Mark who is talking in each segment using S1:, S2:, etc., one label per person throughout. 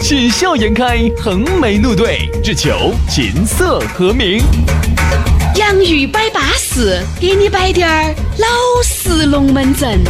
S1: 喜笑颜开，横眉怒对，只求琴瑟和鸣。
S2: 洋芋摆巴士，给你摆点儿老式龙门阵。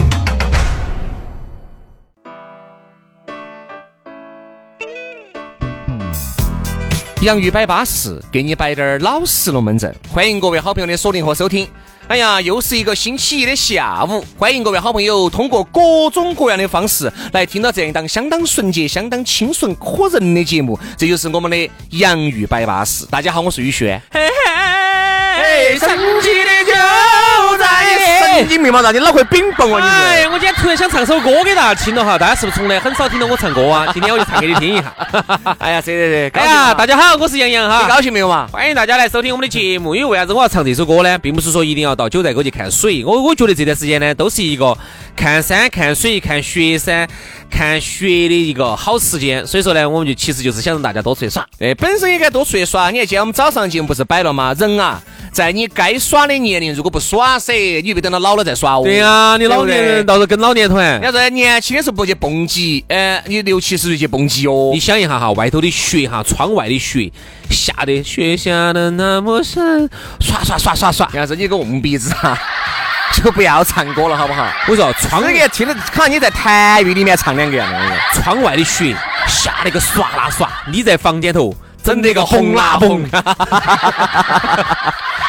S3: 洋芋摆巴适，给你摆点儿老实龙门阵。欢迎各位好朋友的锁定和收听。哎呀，又是一个星期一的下午，欢迎各位好朋友通过各种各样的方式来听到这样一档相当纯洁、相当清纯可人的节目，这就是我们的洋芋摆巴士。大家好，我是宇轩。嘿嘿，
S4: 神
S3: 奇的就
S4: 在
S3: 神经病嘛，咋你脑壳饼崩啊你
S4: 哎
S3: 是？
S4: 呀，我今天突然想唱首歌给大家听了哈，大家是不是从来很少听到我唱歌啊？今天我就唱给你听一下。
S3: 哎呀，这这这，
S4: 哎
S3: 高兴
S4: 呀，
S3: 吗
S4: 大家好，我是杨洋
S3: 你
S4: 哈。
S3: 高兴没有嘛？
S4: 欢迎大家来收听我们的节目，因为为啥子我要唱这首歌呢？并不是说一定要到九寨沟去看水，我我觉得这段时间呢，都是一个看山、看水、看雪山、看雪的一个好时间。所以说呢，我们就其实就是想让大家多出去耍。
S3: 对，哎本身也该多出去耍。你看，今天我们早上节目不是摆了吗？人啊，在你该耍的年龄，如果不耍噻，你别等到老了再耍哦。
S4: 对呀、你老年
S3: 对
S4: 人
S3: 不对
S4: 到时候跟老年团
S3: 人，家说年轻的时候不去蹦极，呃，你六七十岁去蹦极哦
S4: 你。想一下哈，外头的雪哈，窗外的雪下的雪下的那么深，唰唰唰唰唰。
S3: 杨子，你个硬鼻子哈、 就不要唱歌了，好不好？
S4: 我说窗
S3: 这个听着，好像你在痰盂里面唱两个样的。我跟你说
S4: 窗外的雪下那个唰啦唰，你在房间头整那个
S3: 红
S4: 红
S3: 啦
S4: 啦
S3: 红
S4: 红。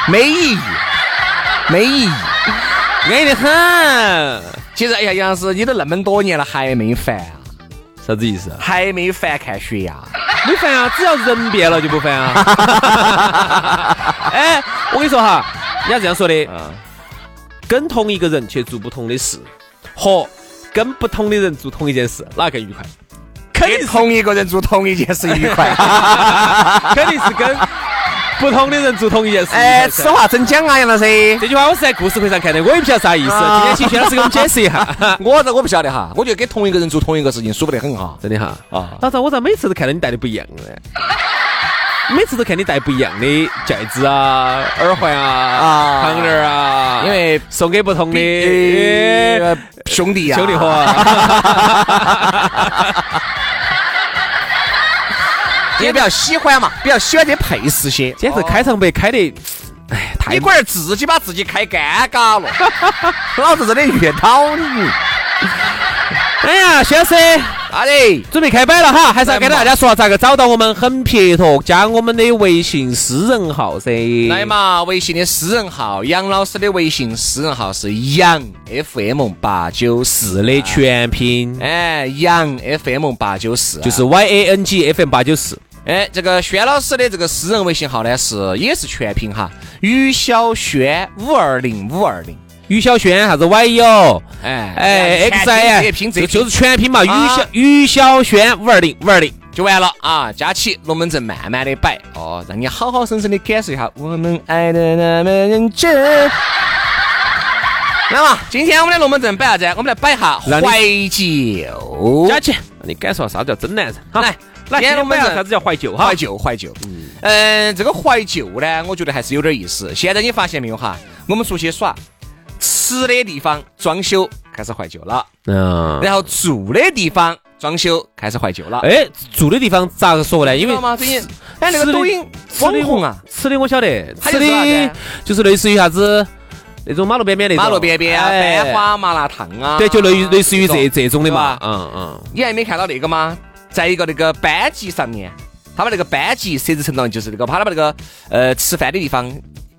S3: 没意义，没意 义。
S4: 安逸得很。
S3: 其实，哎呀，杨老师，你都那么多年了，还没烦啊？
S4: 啥子意
S5: 啊
S4: 思？
S3: 还没烦看雪呀、
S4: 没烦啊，只要人变了就不烦 啊。哎，我跟你说哈，人家这样说的，跟同一个人去做不同的事，和跟不同的人做同一件事，哪个更愉快？肯定
S3: 跟
S4: 是
S3: 同一个人做同一件事愉快。
S4: 肯定是 跟不同的人做同一件事。
S3: 哎，
S4: 是
S3: 此话怎讲啊，杨老师？
S4: 这句话我是在故事会上看的，我也不晓得啥意思。今
S3: 啊。
S4: 天请薛老师给我们解释一下
S3: 我这我不晓得哈，我觉得跟同一个人做同一个事情舒服得很 哈。
S4: 真的哈
S3: 啊
S4: 啊！老赵，我咋每次都看到你戴的不一样呢？每次都看你戴不一样的戒指啊、耳环
S3: 啊
S4: 啊、项链啊，
S3: 因为
S4: 送给不同的
S3: 呃
S4: 哎
S3: 兄弟呀，
S4: 兄弟伙 啊。
S3: 也比较喜欢嘛，比较喜欢这配饰些。
S4: 今天这开场白开的，哎，太
S3: 你龟儿自己把自己开尴尬了， 老子真的遇到你。
S4: 哎呀，薛老师。
S3: 阿嘞，
S4: 准备开摆了哈，还是要跟大家说咋个找到我们很撇脱，加我们的微信私人号噻。
S3: 来嘛，微信的私人号，杨老师的微信私人号是杨 FM 八九
S4: 四
S3: 四
S4: 的全拼
S3: 哎，杨 FM 八九四，啊
S4: 就是 Y A N G F M 八九四。
S3: 哎，这个轩老师的这个私人微信号呢是也是全拼哈，于小轩五二零五二零。
S4: 于小轩啥子 Y U
S3: 哎
S4: 哎
S3: 全拼
S4: X I
S3: 直拼直拼
S4: 就是全拼嘛，于
S3: 啊
S4: 小于小轩五二零五二零。
S3: 就完了啊！佳起龙门阵慢慢的摆哦，让你好好生生的感受一下我们爱的那么认真。那么今天我们的龙门阵摆啥子？我们来摆一下
S4: 让你
S3: 怀旧，
S4: 佳琪，你感受下啥叫真男人？好
S3: 来
S4: 来，今
S3: 今天
S4: 天
S3: 我
S4: 我们
S3: 们要
S4: 要啥子叫怀旧哈
S3: 怀？旧，怀旧。嗯，这个怀旧呢，我觉得还是有点意思。现在你发现没有哈？我们出去耍，吃的地方装修开始怀旧了，
S4: 嗯，
S3: 然后住的地方装修开始怀旧了。
S4: 哎，住的地方咋个说呢？因
S3: 知
S4: 为
S3: 道吗？最近哎，那
S4: 吃
S3: 个
S4: 的
S3: 抖音
S4: 吃
S3: 网
S4: 的
S3: 红啊，
S4: 我，吃的我晓得，
S3: 它
S4: 吃
S3: 就是啥子
S4: 的就是类似于啥子那种马路边边那种
S3: 马路边边啊，
S4: 哎
S3: 繁花麻辣烫啊，
S4: 对，就类类似于这
S3: 种，
S4: 这种的嘛
S3: 对吧。
S4: 嗯嗯，
S3: 你还没看到那个吗？在一个那个班级上面，他把那个班级设置成了就是那个，把他把那个呃吃饭的地方。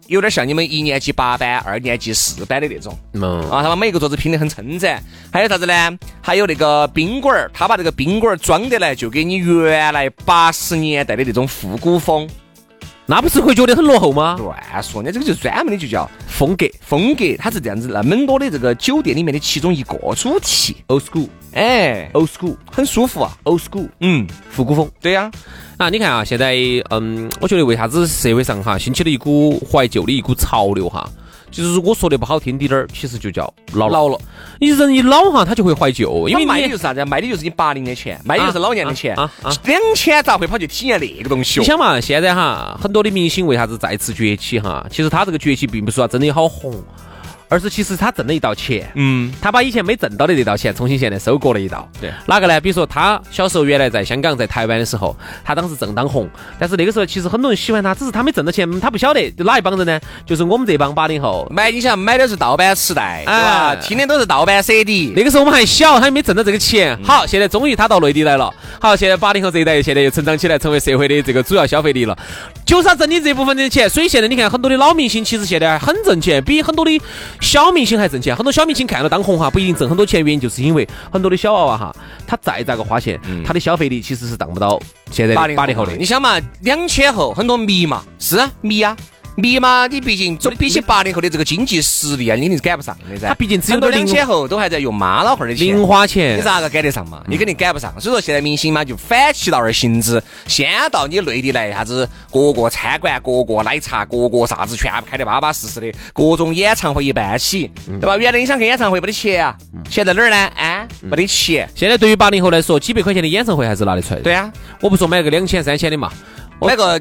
S3: 有点像你们一年级八班、二年级四班的那种
S4: 嗯，
S3: 啊，他把每一个桌子拼得很撑展。还有啥子呢？还有那个宾馆儿，他把这个宾馆儿装得来，就给你原来八十年代的那种复古风，
S4: 那不是会觉得很落后吗？
S3: 乱说，你这个就专门的就叫
S4: 风格
S3: 风格，它是这样子，那么多的这个酒店里面的其中一个主题，
S4: old school
S3: 哎，
S4: old school
S3: 很舒服啊。
S4: old school
S3: 嗯，
S4: 复古风。
S3: 对呀、
S4: 啊，你看啊，现在嗯，我觉得为啥子社会上哈兴起了一股怀旧的一股潮流哈，就是如果说的不好听滴点儿，其实就叫老
S3: 老了。
S4: 你人一老哈，他就会怀旧，因为
S3: 他卖的
S4: 你
S3: 就是啥子啊？卖的就是你八零的钱，卖的就是老年的钱
S4: 啊啊啊。
S3: 两千咋会跑去体验那个东西
S4: 你
S3: 哦？
S4: 想嘛，现在哈很多的明星为啥子再次崛起哈？其实他这个崛起并不是说真的好红，啊而是其实他挣了一道钱。
S3: 嗯，
S4: 他把以前没挣到的这道钱，重新现在收割了一道。
S3: 对
S4: 哪个呢？比如说他小时候原来在香港、在台湾的时候，他当时正当红，但是那个时候其实很多人喜欢他，只是他没挣到钱，他不晓得就哪一帮人呢？就是我们这帮八零后。
S3: 买你想买的是盗版磁带，对吧？
S4: 哎
S3: 听的都是盗版 CD。
S4: 那个时候我们还小，他也没挣到这个钱。好，现在终于他到内地来了。好，现在八零后这一代现在又成长起来，成为社会的这个主要消费力了，就是他挣的这部分的钱。所以现在你看，很多的老明星其实现在很挣钱，比很多的小明星还挣钱。很多小明星看了当红哈，不一定挣很多钱，原因就是因为很多的小娃娃哈，他再咋个花钱，他的消费力其实是当不到现在的八零后的。
S3: 你想嘛，两千后很多迷嘛，是啊迷啊迷嘛，你毕竟总比起八零后的这个经济实力啊，你肯定是赶不上的噻。
S4: 他毕竟只有
S3: 很多
S4: 点
S3: 两
S4: 零
S3: 千后都还在用妈老汉儿的钱
S4: 零。花
S3: 你
S4: 钱。
S3: 咋个赶得上嘛？你肯定赶不上，所以说现在明星嘛就反其道而行之，先到你内地来啥子各个餐馆、各个奶茶、各个啥子全部开得巴巴适适的，各种演唱会一办起，对吧？原来你想看演唱会没得钱啊，现在哪儿呢？啊，没得钱。
S4: 现在对于八零后来说，几百块钱的演唱会还是拿得出来的。
S3: 对，啊，
S4: 我不说买个两千、三千的嘛，我
S3: 买个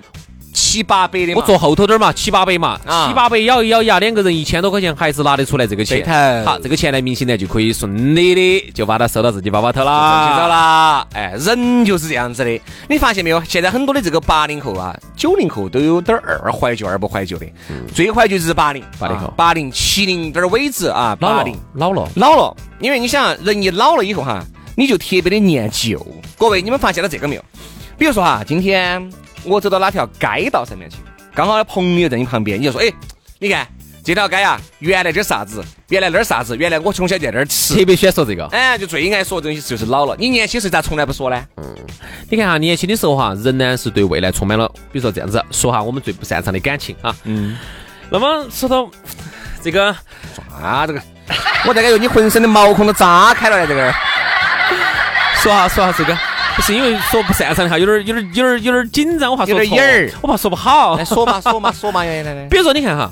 S3: 七八百的嘛，
S4: 我坐后头点儿嘛，七八百嘛，
S3: 啊
S4: 七八百咬一咬牙，两个人一千多块钱还是拿得出来这个
S3: 对
S4: 钱。
S3: 头，
S4: 好，这个钱呢，明星呢就可以顺利的就把它收到自己包包头
S3: 记到
S4: 啦。
S3: 啦，哎，人就是这样子的。你发现没有？现在很多的这个八零后啊、九零后都有点儿二怀旧、二不怀旧的。最怀旧就是八零、啊
S4: 80后
S3: 八零、七零点儿尾子啊，八
S4: 老了
S3: 零，
S4: 老了，
S3: 老了。因为你想，人一老了以后哈，你就特别的念旧。各位，你们发现了这个没有？比如说哈，今天我走到哪条街道上面去，刚好朋友在你旁边，你就说，哎，你看这条街呀、原来这啥子，原来那儿啥子，原来我从小就在那儿吃
S4: 特。别喜欢说这个。
S3: 哎，就最爱说这东西就是老了。你年轻时咋从来不说呢？
S4: 你看哈，年轻的时候哈，人呢是对未来充满了，比如说这样子说哈，我们最不擅长的感情啊。嗯。那么说到这个，
S3: 啊，这个，我在感觉你浑身的毛孔都扎开了呀，这 个。
S4: 说哈说哈这个，不是因为说不擅长的哈，有点儿有点儿有点儿有点儿紧张，我怕说
S3: 有点
S4: 错
S3: 儿眼儿哎
S4: 我怕说不好。
S3: 来说嘛，说嘛，说嘛，来来来。
S4: 比如说，你看哈，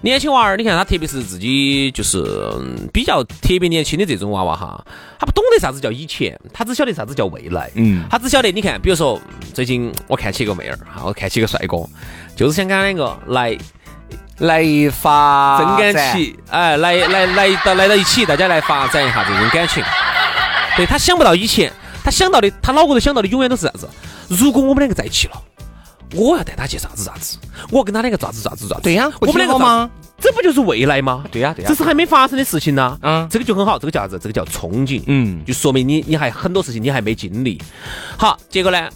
S4: 年轻娃儿，你看他，特别是自己就是嗯比较特别年轻的这种娃娃哈，他不懂得啥子叫以前，他只晓得啥子叫未来。
S3: 嗯
S4: 他只晓得，你看，比如说嗯最近我看起一个妹儿哈，我看起一个帅哥，就是想跟他两个来
S3: 来发
S4: 真感，情，哎，来来来到来到一起，大家来发展一下这种感情。对他想不到以前，他想到的，他脑壳头想到的永远都是啥子？如果我们两个在一起了，我要带他去啥子啥子，我要跟他两个咋子咋子咋子。
S3: 对呀
S4: 我
S3: 我
S4: 们
S3: 们
S4: 两
S3: 两
S4: 个
S3: 个
S4: 咋
S3: 吗？
S4: 这不就是未来吗？
S3: 对呀对呀
S4: 这是还没发生的事情呢。
S3: 嗯
S4: 这个就很好，这个叫啥子？这个叫憧憬。
S3: 嗯
S4: 就说明你你还很多事情你还没经历。好，结果呢，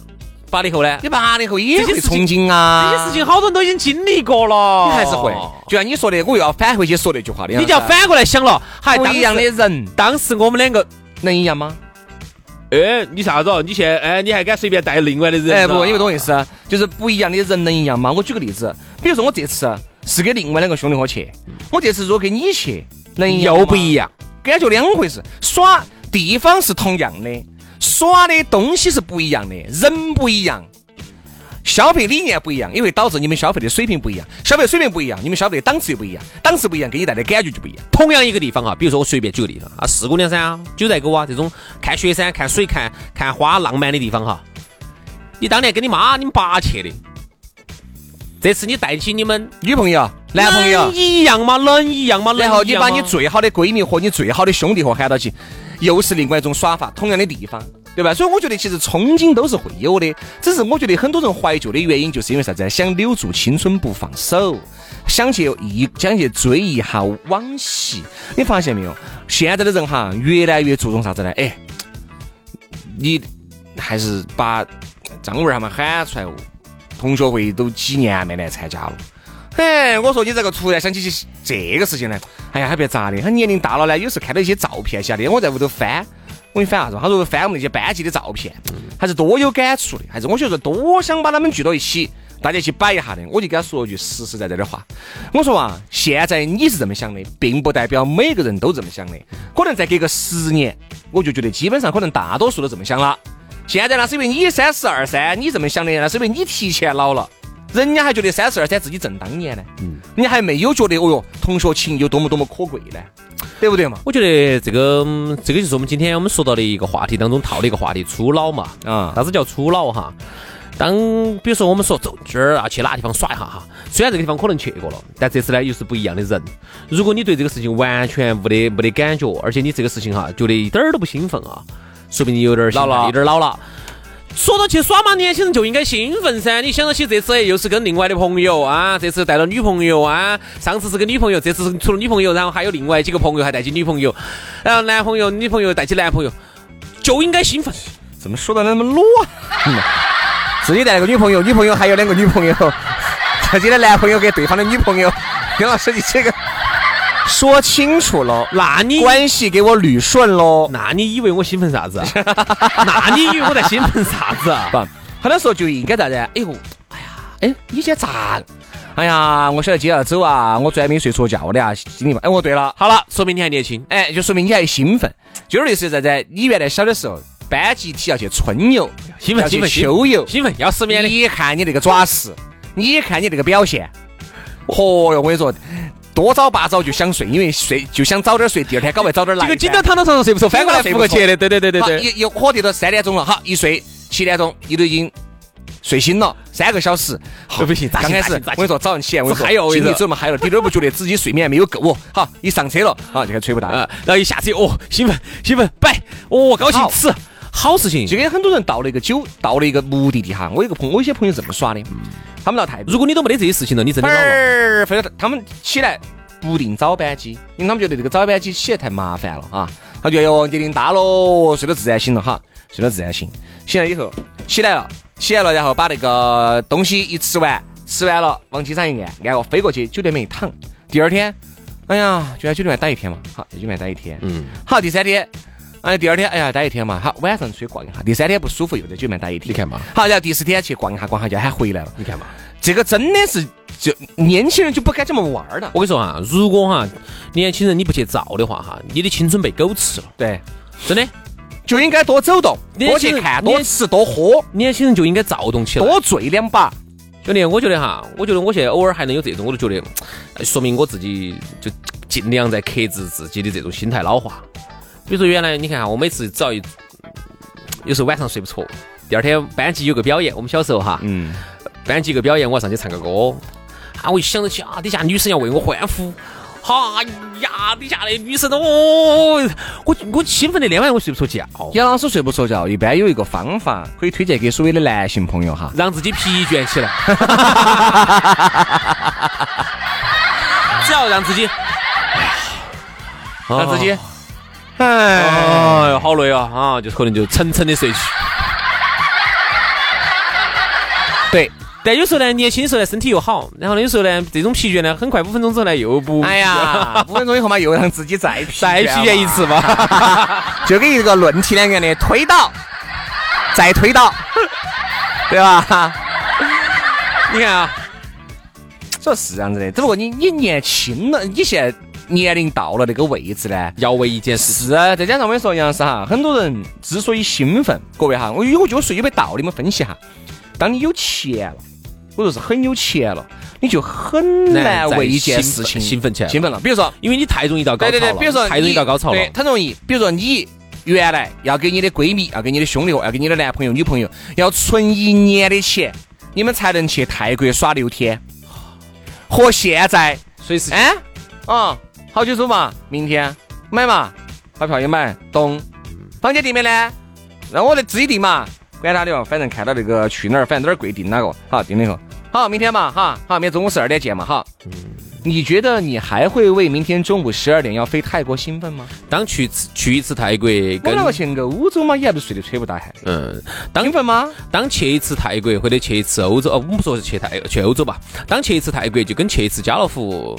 S4: 八零后呢，
S3: 你八零后也
S4: 这
S3: 会
S4: 些事
S3: 憧
S4: 情
S3: 憬
S4: 这
S3: 啊，哦
S4: 些事情好多人都已经经历过了，
S3: 你还是会。就像你说的，我又要返回去说那句话的，
S4: 你就要反过来想了，还
S3: 不一样的人，
S4: 当时我们两个，
S3: 能一样吗？
S4: 哎，你啥子哦？你现在哎，你还敢随便带另外的人？
S3: 哎，不，你不懂意。思，就是不一样的人能一样吗？我举个例子，比如说我这次啊是跟另外两个兄弟伙去，我这次如果跟你去，能一样
S4: 又
S3: 吗
S4: 不一样，
S3: 感觉两回事。耍地方是同样的，耍的东西是不一样的，人不一样，消费理念不一样，也会导致你们消费的水平不一样。消费水平不一样，你们消费的档次又不一样，档次不一样，给你带来的感觉就不一样。
S4: 同样一个地方哈，啊比如说我随便举个例子啊，四姑娘山啊、九寨沟啊这种看雪山、看水、看看花、浪漫的地方哈，你当年跟你妈、你们爸去的，这次你带起你们
S3: 女朋友、男朋友
S4: 能，一样吗？能一样吗？能
S3: 然后你
S4: 一样吗啊
S3: 把你最好的闺蜜和你最好的兄弟伙喊到起，又是另外一种耍法，同样的地方。对吧？所以我觉得其实憧憬都是会有的，只是我觉得很多人怀旧的原因，就是因为啥子？想留住青春不放手，想去忆，想去追忆一下往昔。你发现没有？现在的人哈，越来越注重啥子呢？哎，你还是把张文儿他们喊出来哦。同学会都几年没来参加了。嘿，我说你这个突然想起起这个事情来，哎呀，他别咋的，他年龄大了呢，有时候看到一些照片下的，我在屋头翻，我给你翻啥子？他说翻我们那些班级的照片，还是多有感触的，还是我觉得多想把他们聚到一起，大家去摆一下的。我就跟他说一句实实在在的话，我说啊，现在你是这么想的，并不代表每个人都这么想的。可能再隔个十年，我就觉得基本上可能大多数都这么想了。现在呢，是因为你三十二噻，你这么想的，那是因为你提前老了。人家还觉得三十二三自己正当年呢，人家还没有觉得哦哟，同学情有多么多么可贵呢，对不对嘛？
S4: 我觉得这个嗯这个就是我们今天我们说到的一个话题当中套的一个话题，初老嘛。
S3: 啊、
S4: 啥子叫初老哈？当比如说我们说走今儿啊去哪个地方耍一下哈，虽然这个地方可能去过了，但这次呢又是不一样的人。如果你对这个事情完全没得没得感觉，而且你这个事情哈觉得一点儿都不兴奋啊，说明你有点儿心态
S3: 老了
S4: 有点儿老了。说到去耍嘛，年轻人就应该兴奋噻！你想到起这次又是跟另外的朋友啊，这次带了女朋友啊，上次是跟女朋友，这次是除了女朋友，然后还有另外几个朋友还带起女朋友，然后男朋友、女朋友带起男朋友，就应该兴奋。
S3: 怎么说的那么裸？ 自己带了个女朋友，女朋友还有两个女朋友， 自己的男朋友给对方的女朋友， 袁老师你这个 说清楚喽，
S4: 那你
S3: 关系给我捋顺 喽。
S4: 那你以为我兴奋啥子啊？ 那你以为我在兴奋啥子啊？
S3: 不，很多时候就应该咋子？哎呦，哎呀，哎，你今天咋？哎呀，我晓得今天要走啊，我昨天没睡着觉的啊，心里嘛。哎，我对了，
S4: 好了，说明你还年轻。
S3: 哎，就说明你还兴奋，就是类似于啥子？你原来小的时候，班集体要去春游，
S4: 兴奋
S3: 要
S4: 兴
S3: 去
S4: 奋
S3: 秋游，
S4: 兴奋要失眠的。
S3: 你看你那个爪势，你看你那个表现，哦嚯哟，我跟你说，多早八早就想睡，因为睡就想早点睡，第二天赶快早点来
S4: 这
S3: 噻。
S4: 个紧张躺到床上睡不着，翻过来
S3: 睡
S4: 覆
S3: 不
S4: 过
S3: 着
S4: 去的，对对对对
S3: 好，
S4: 对。
S3: 一一火跌到三点钟了，好一睡七点钟，你都已经睡醒了三个小时。好
S4: 不行咋
S3: 刚
S4: 行
S3: 开
S4: 咋
S3: 始
S4: 行咋行
S3: 我跟你说，早上起来我跟你说
S4: 嗨哟我跟你
S3: 精力
S4: 说
S3: 怎么嗨了，滴点儿不觉得自己睡眠还没有够哦。好，一上车了，啊，就开始吹不大
S4: 啊，然后一下车哦，兴奋兴奋，摆哦，高兴
S3: 好
S4: 吃，好事情
S3: 就。跟很多人到了一个酒，到了一个目的地哈，我有个朋，我有些朋友这么耍的，他们到泰国。
S4: 如果你都没得这些事情了，你真的老了。
S3: 儿，非得他们起来不订早班机，因为他们觉得这个早班机起来太麻烦了啊。他觉得哟年龄大喽，睡到自然醒了哈，睡到自然醒。醒来以后起来了，起来了，然后把那个东西一吃完，吃完了往机场一按，然后飞过去酒店门一躺。第二天，哎呀，就在酒店外待一天嘛，好，在酒店外待一天。
S4: 嗯，
S3: 好，第三天。哎，第二天，哎呀，待一天嘛，好，晚上出去逛一下。第三天不舒服，又在酒店待一天。
S4: 你看嘛，
S3: 好，然后第四天去逛一下，逛一下就喊回来了。
S4: 你看嘛，
S3: 这个真的是就年轻人就不该这么玩儿的。
S4: 我跟你说哈，如果哈年轻人你不去造的话哈，你的青春被狗吃了，
S3: 对，
S4: 真的。
S3: 就应该多走动，多
S4: 年轻
S3: 去
S4: 人
S3: 看，多
S4: 年
S3: 吃，多喝，
S4: 年轻人就应该躁动起来。
S3: 多醉两把。
S4: 兄弟，我觉得哈，我觉得我现在偶尔还能有这种，我就觉得哎说明我自己就尽量在克制自己的这种心态老化。比如说原来你看哈，我每次只要一有时候晚上睡不着，第二天班级有个表演，我们小时候哈，
S3: 嗯，
S4: 班级有个表演，我要上去唱个歌，啊，我一想到起啊，底下女生要为我欢呼。哈呀！底下那女生哦，我我兴奋的那晚我睡不着觉，
S3: 杨老师睡不着觉，一般有一个方法可以推荐给所有的男性朋友哈。
S4: 让自己疲倦起来。只要让自己，哦
S3: 让自己，
S4: 哎呦，好累啊！啊，就可能就沉沉的睡去。
S3: 对，
S4: 但有时候呢，年轻的时候呢，身体又好，然后呢，有时候呢，这种疲倦呢，很快五分钟之后呢，又不，
S3: 哎，呀，五分钟以后嘛，又让自己再疲
S4: 哦 再疲倦一
S3: 次，
S4: 次嘛。
S3: 就跟一个论题两个的推倒，再推倒， 对吧？
S4: 你看啊，
S3: 说是这样子的，只不过你你年轻了，你现在年龄到了那个位置呢，
S4: 要为一件事，
S3: 是，再啊加上我跟你说，杨老师哈，很多人之所以兴奋，各位哈，我有我觉得说有没有道理，我们分析哈。当你有钱了，或者是很有钱了，你就很难为一件事情
S4: 兴奋起来了
S3: 兴奋了。比如说，
S4: 因为你太容易到高潮
S3: 对对对，
S4: 了，啊
S3: 比如说
S4: 太容易
S3: 你
S4: 到高潮了
S3: 对，。很容易。比如说你原来要给你的闺蜜、要给你的兄弟伙、要给你的男朋友、女朋友要存一年的钱，你们才能去泰国耍六天，和现在。
S4: 所以是
S3: 哎，啊、好久走嘛，明天买嘛，把票也买，懂。房间订没呢？让我来自己订嘛，管他的哦，反正看到那个去哪儿，反正哪儿贵订哪个。好，订了以后，好，明天嘛，哈，好，明天中午十二点见嘛，哈。你觉得你还会为明天中午十二点要飞泰国兴奋吗？
S4: 当去去一次泰国，
S3: 我
S4: 跟
S3: 那个去欧洲嘛，你还不是睡得吹不大汗？
S4: 嗯，当
S3: 兴奋吗？
S4: 当去一次泰国或者去一次欧洲，哦，我们不说是去泰去欧洲吧，当去一次泰国就跟去一次家乐福、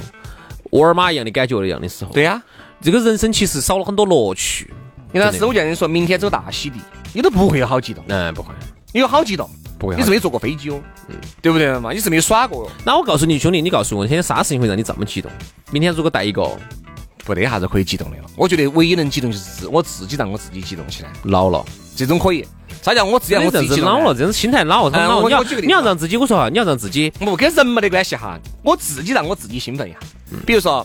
S4: 沃尔玛一样的感觉一样的时候，
S3: 对，呀、啊
S4: 这个人生其实少了很多乐趣。
S3: 你老师，我叫你说明天走大溪地，你都不会有好激动，
S4: 嗯，不会，
S3: 你有好激动，不会。你是没坐过飞机哦，对不对嘛？你是没耍过哦，
S4: 那我告诉你，兄弟，你告诉我，今天啥事情会让你这么激动？明天如果带一个
S3: 不得啥子可以激动的了。我觉得唯一能激动就是自我自己让我自己激动起来，
S4: 老了，
S3: 这种可以。啥叫我自己让
S4: 你
S3: 我自
S4: 这
S3: 己
S4: 是
S3: 激动呢
S4: 老了，？这是心态老了，
S3: 哎
S4: 老
S3: 我
S4: 了。你要
S3: 我举个例子啊
S4: 你要让自己，我说哈，你要让自己
S3: 不跟人没得关系哈，我自己让我自己兴奋一下。比如说，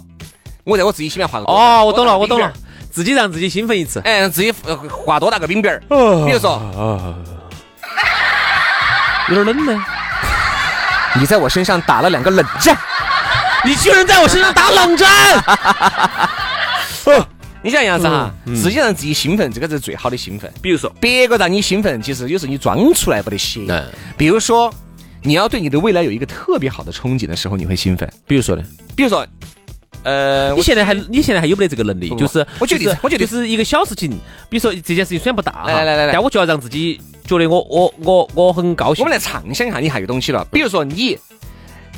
S3: 我嗯在我自己心里面画个
S4: 哦，我懂了，我
S3: 打
S4: 懂
S3: 个饼
S4: 了
S3: 饼，
S4: 自己让自己兴奋一次。
S3: 哎，自己呃画多大个饼饼儿？比如说，
S4: 有点冷呢。
S3: 你在我身上打了两个冷战，
S4: 你居然在我身上打冷战！
S3: 你想样子哈，自己让自己兴奋，这个是最好的兴奋。
S4: 比如说，
S3: 别个让你兴奋，其实有时候你装出来不得行
S4: 嗯。
S3: 比如说，你要对你的未来有一个特别好的憧憬的时候，你会兴奋。
S4: 比如说呢？
S3: 比如说，呃，
S4: 你
S3: 我
S4: 现在还你现在还有没得这个能力？
S3: 不
S4: 就是
S3: 我觉得
S4: 就是
S3: 我觉得
S4: 就是一个小事情，比如说这件事情虽然不大哈，
S3: 来来来来
S4: 但我就要让自己觉得我我我我很高
S3: 我
S4: 兴
S3: 们。来畅想一下你还有东西了。比如说你，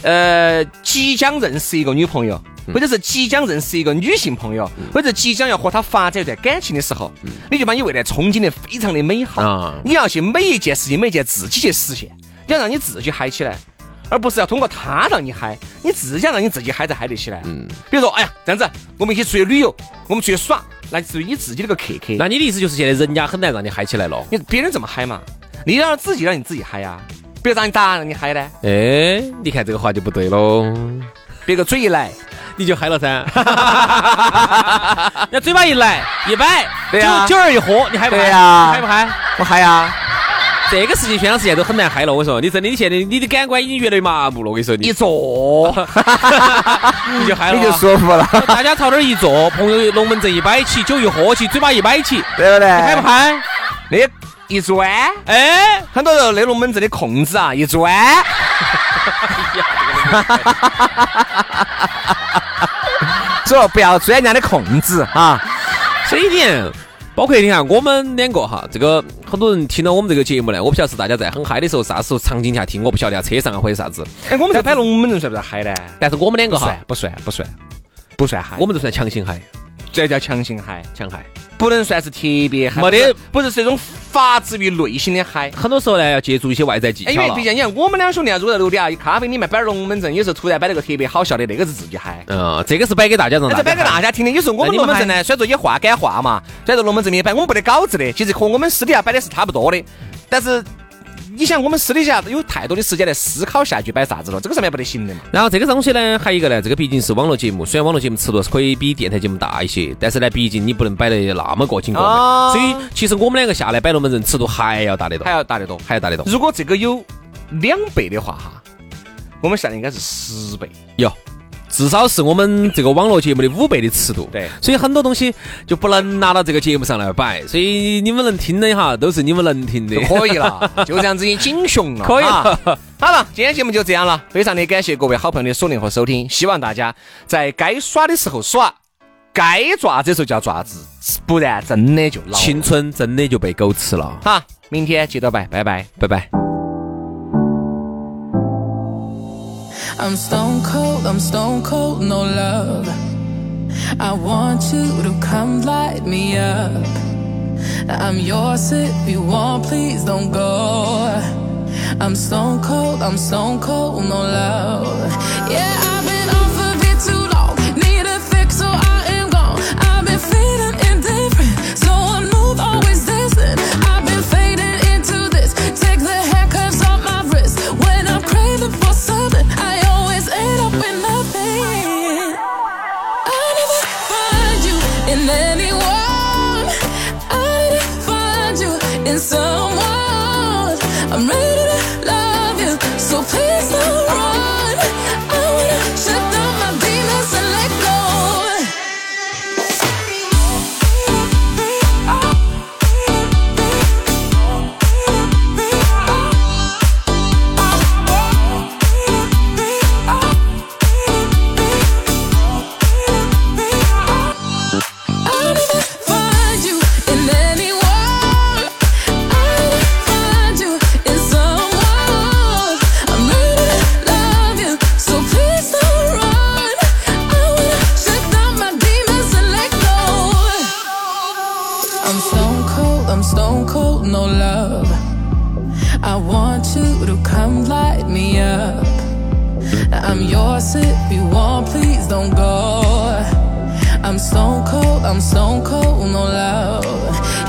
S3: 呃，即将认识一个女朋友，或者是即将认识一个女性朋友，或者即将要和她发展一段感情的时候，你就把你未来憧憬的非常的美好
S4: 啊。
S3: 嗯你要去每一件事情、每一件自己去实现，你要让你自己嗨起来。而不是要通过他让你嗨，你自己要让你自己嗨才嗨得起来。嗯，比如说，哎呀，这样子，我们一起出去旅游，我们出去耍，那至于你自己那个客客，
S4: 那你的意思就是现在人家很难让你嗨起来了？
S3: 你别人怎么嗨嘛，你要让自己让你自己嗨呀、比如让你打让你嗨呢，
S4: 哎，你看这个话就不对喽，
S3: 别个嘴一来，
S4: 你就嗨了 噻。那嘴巴一来一摆，
S3: 对呀
S4: 酒酒儿一喝，你嗨不嗨？
S3: 对呀
S4: 你嗨不嗨？
S3: 我嗨呀，
S4: 这个事情，轩老师现在都很难嗨了。我跟你说，你真的，你现在你的感官已经越来越麻木了。我跟你说，
S3: 一
S4: 你
S3: 坐
S4: 你就嗨了
S3: 你
S4: 啊，
S3: 就舒服了，
S4: 大家朝那儿一坐，朋友龙门阵一摆起，酒一喝起，嘴巴一摆起，你
S3: 对不对？
S4: 嗨不嗨？
S3: 那一转，
S4: 哎，
S3: 很多人那龙门阵的空子啊，一转，所 以说不要钻人家的空子哈。
S4: 这一点，包括你看我们两个哈，这个很多人听到我们这个节目呢，我不晓得是大家在很嗨的时候，啥时候场景下听，我不晓得啊，车上啊或者啥子，
S3: 哎，我们这摆龙门阵算不算嗨呢？
S4: 但是我们两个
S3: 不
S4: 哈
S3: 算，，不算，不算，不算嗨，
S4: 我们都算强行嗨，
S3: 这叫强行嗨。
S4: 强嗨。
S3: 不能算是特别嗨，
S4: 没得
S3: 不是，不是这种发自于内心的嗨。
S4: 很多时候呢，要借助一些外在技
S3: 哎
S4: 巧
S3: 因为
S4: 了
S3: 毕。竟你看，我们两兄弟啊，如果在楼底下咖啡里面摆龙门阵，有时候突然摆了个特别好笑的，那个是自己嗨。
S4: 嗯，这个是摆给大家让
S3: 那
S4: 大
S3: 这
S4: 家
S3: 摆给大
S4: 嗨。
S3: 家听的，有时候我们龙门阵呢，虽然说也话赶话嘛，虽然说龙门阵里摆我们不得稿子的，其实和我们私底下摆的是差不多的，但是。你想，我们私底下有太多的时间来思考下去摆啥子了，这个上面不得行的嘛。
S4: 然后这个东西呢，还有一个呢，这个毕竟是网络节目，虽然网络节目尺度是可以比电台节目大一些，但是呢，毕竟你不能摆得那么过紧过
S3: 哦
S4: 猛。所以其实我们两个下来摆龙门阵尺度还要大得多
S3: 还，要大得多。
S4: 还要大得多。
S3: 如果这个有两倍的话，哈，我们下来应该是十倍。
S4: 有，至少是我们这个网络节目的五倍的尺度。
S3: 对
S4: 所以很多东西就不能拿到这个节目上来摆，所以你们能听的哈，都是你们能听的
S3: 就。 可以了，就这样子已经英雄了，
S4: 可以
S3: 啊
S4: 了。
S3: 好了，今天节目就这样了，非常的感谢各位好朋友的锁定和收听，希望大家在该耍的时候耍，该爪子的时候就要爪子，不然真的就老了。
S4: 青春真的就被狗吃了，
S3: 哈，明天接着拜，拜拜。
S4: 拜拜。
S6: I'm stone cold, I'm stone cold, no love. I want you to come light me up. I'm yours if you want, please don't go. I'm stone cold, I'm stone cold, no love. Yeah, I've been off a bit too long. Need a fix, so I am gone. I've been feeling indifferent, so unmoved, always distant. I've been fading into this. Take the handcuffs off my wrist. When I'm craving for something, I always end up with nothing. I didn't find you in anyone. I didn't find you in someone. I'm ready to love you, so please don't run. lost if you want, please don't go. I'm stone cold, I'm stone cold, no love.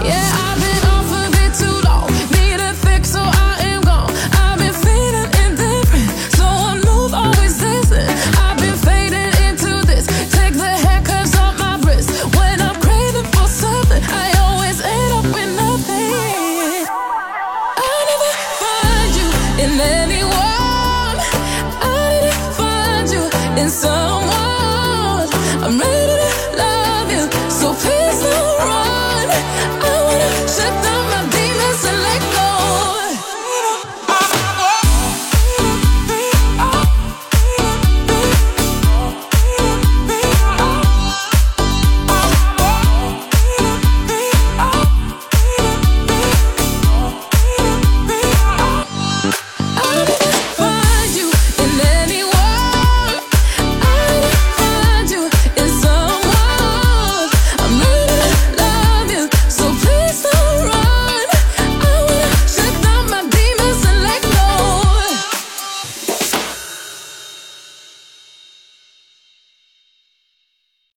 S6: Yeah, I've been off a bit too long. Need a fix, so I am gone. I've been feeling indifferent, so I move always distant. I've been faded into this. Take the handcuffs off my wrist. When I'm craving for something, I always end up with nothing. I never find you in anyone. I didn't find you in some.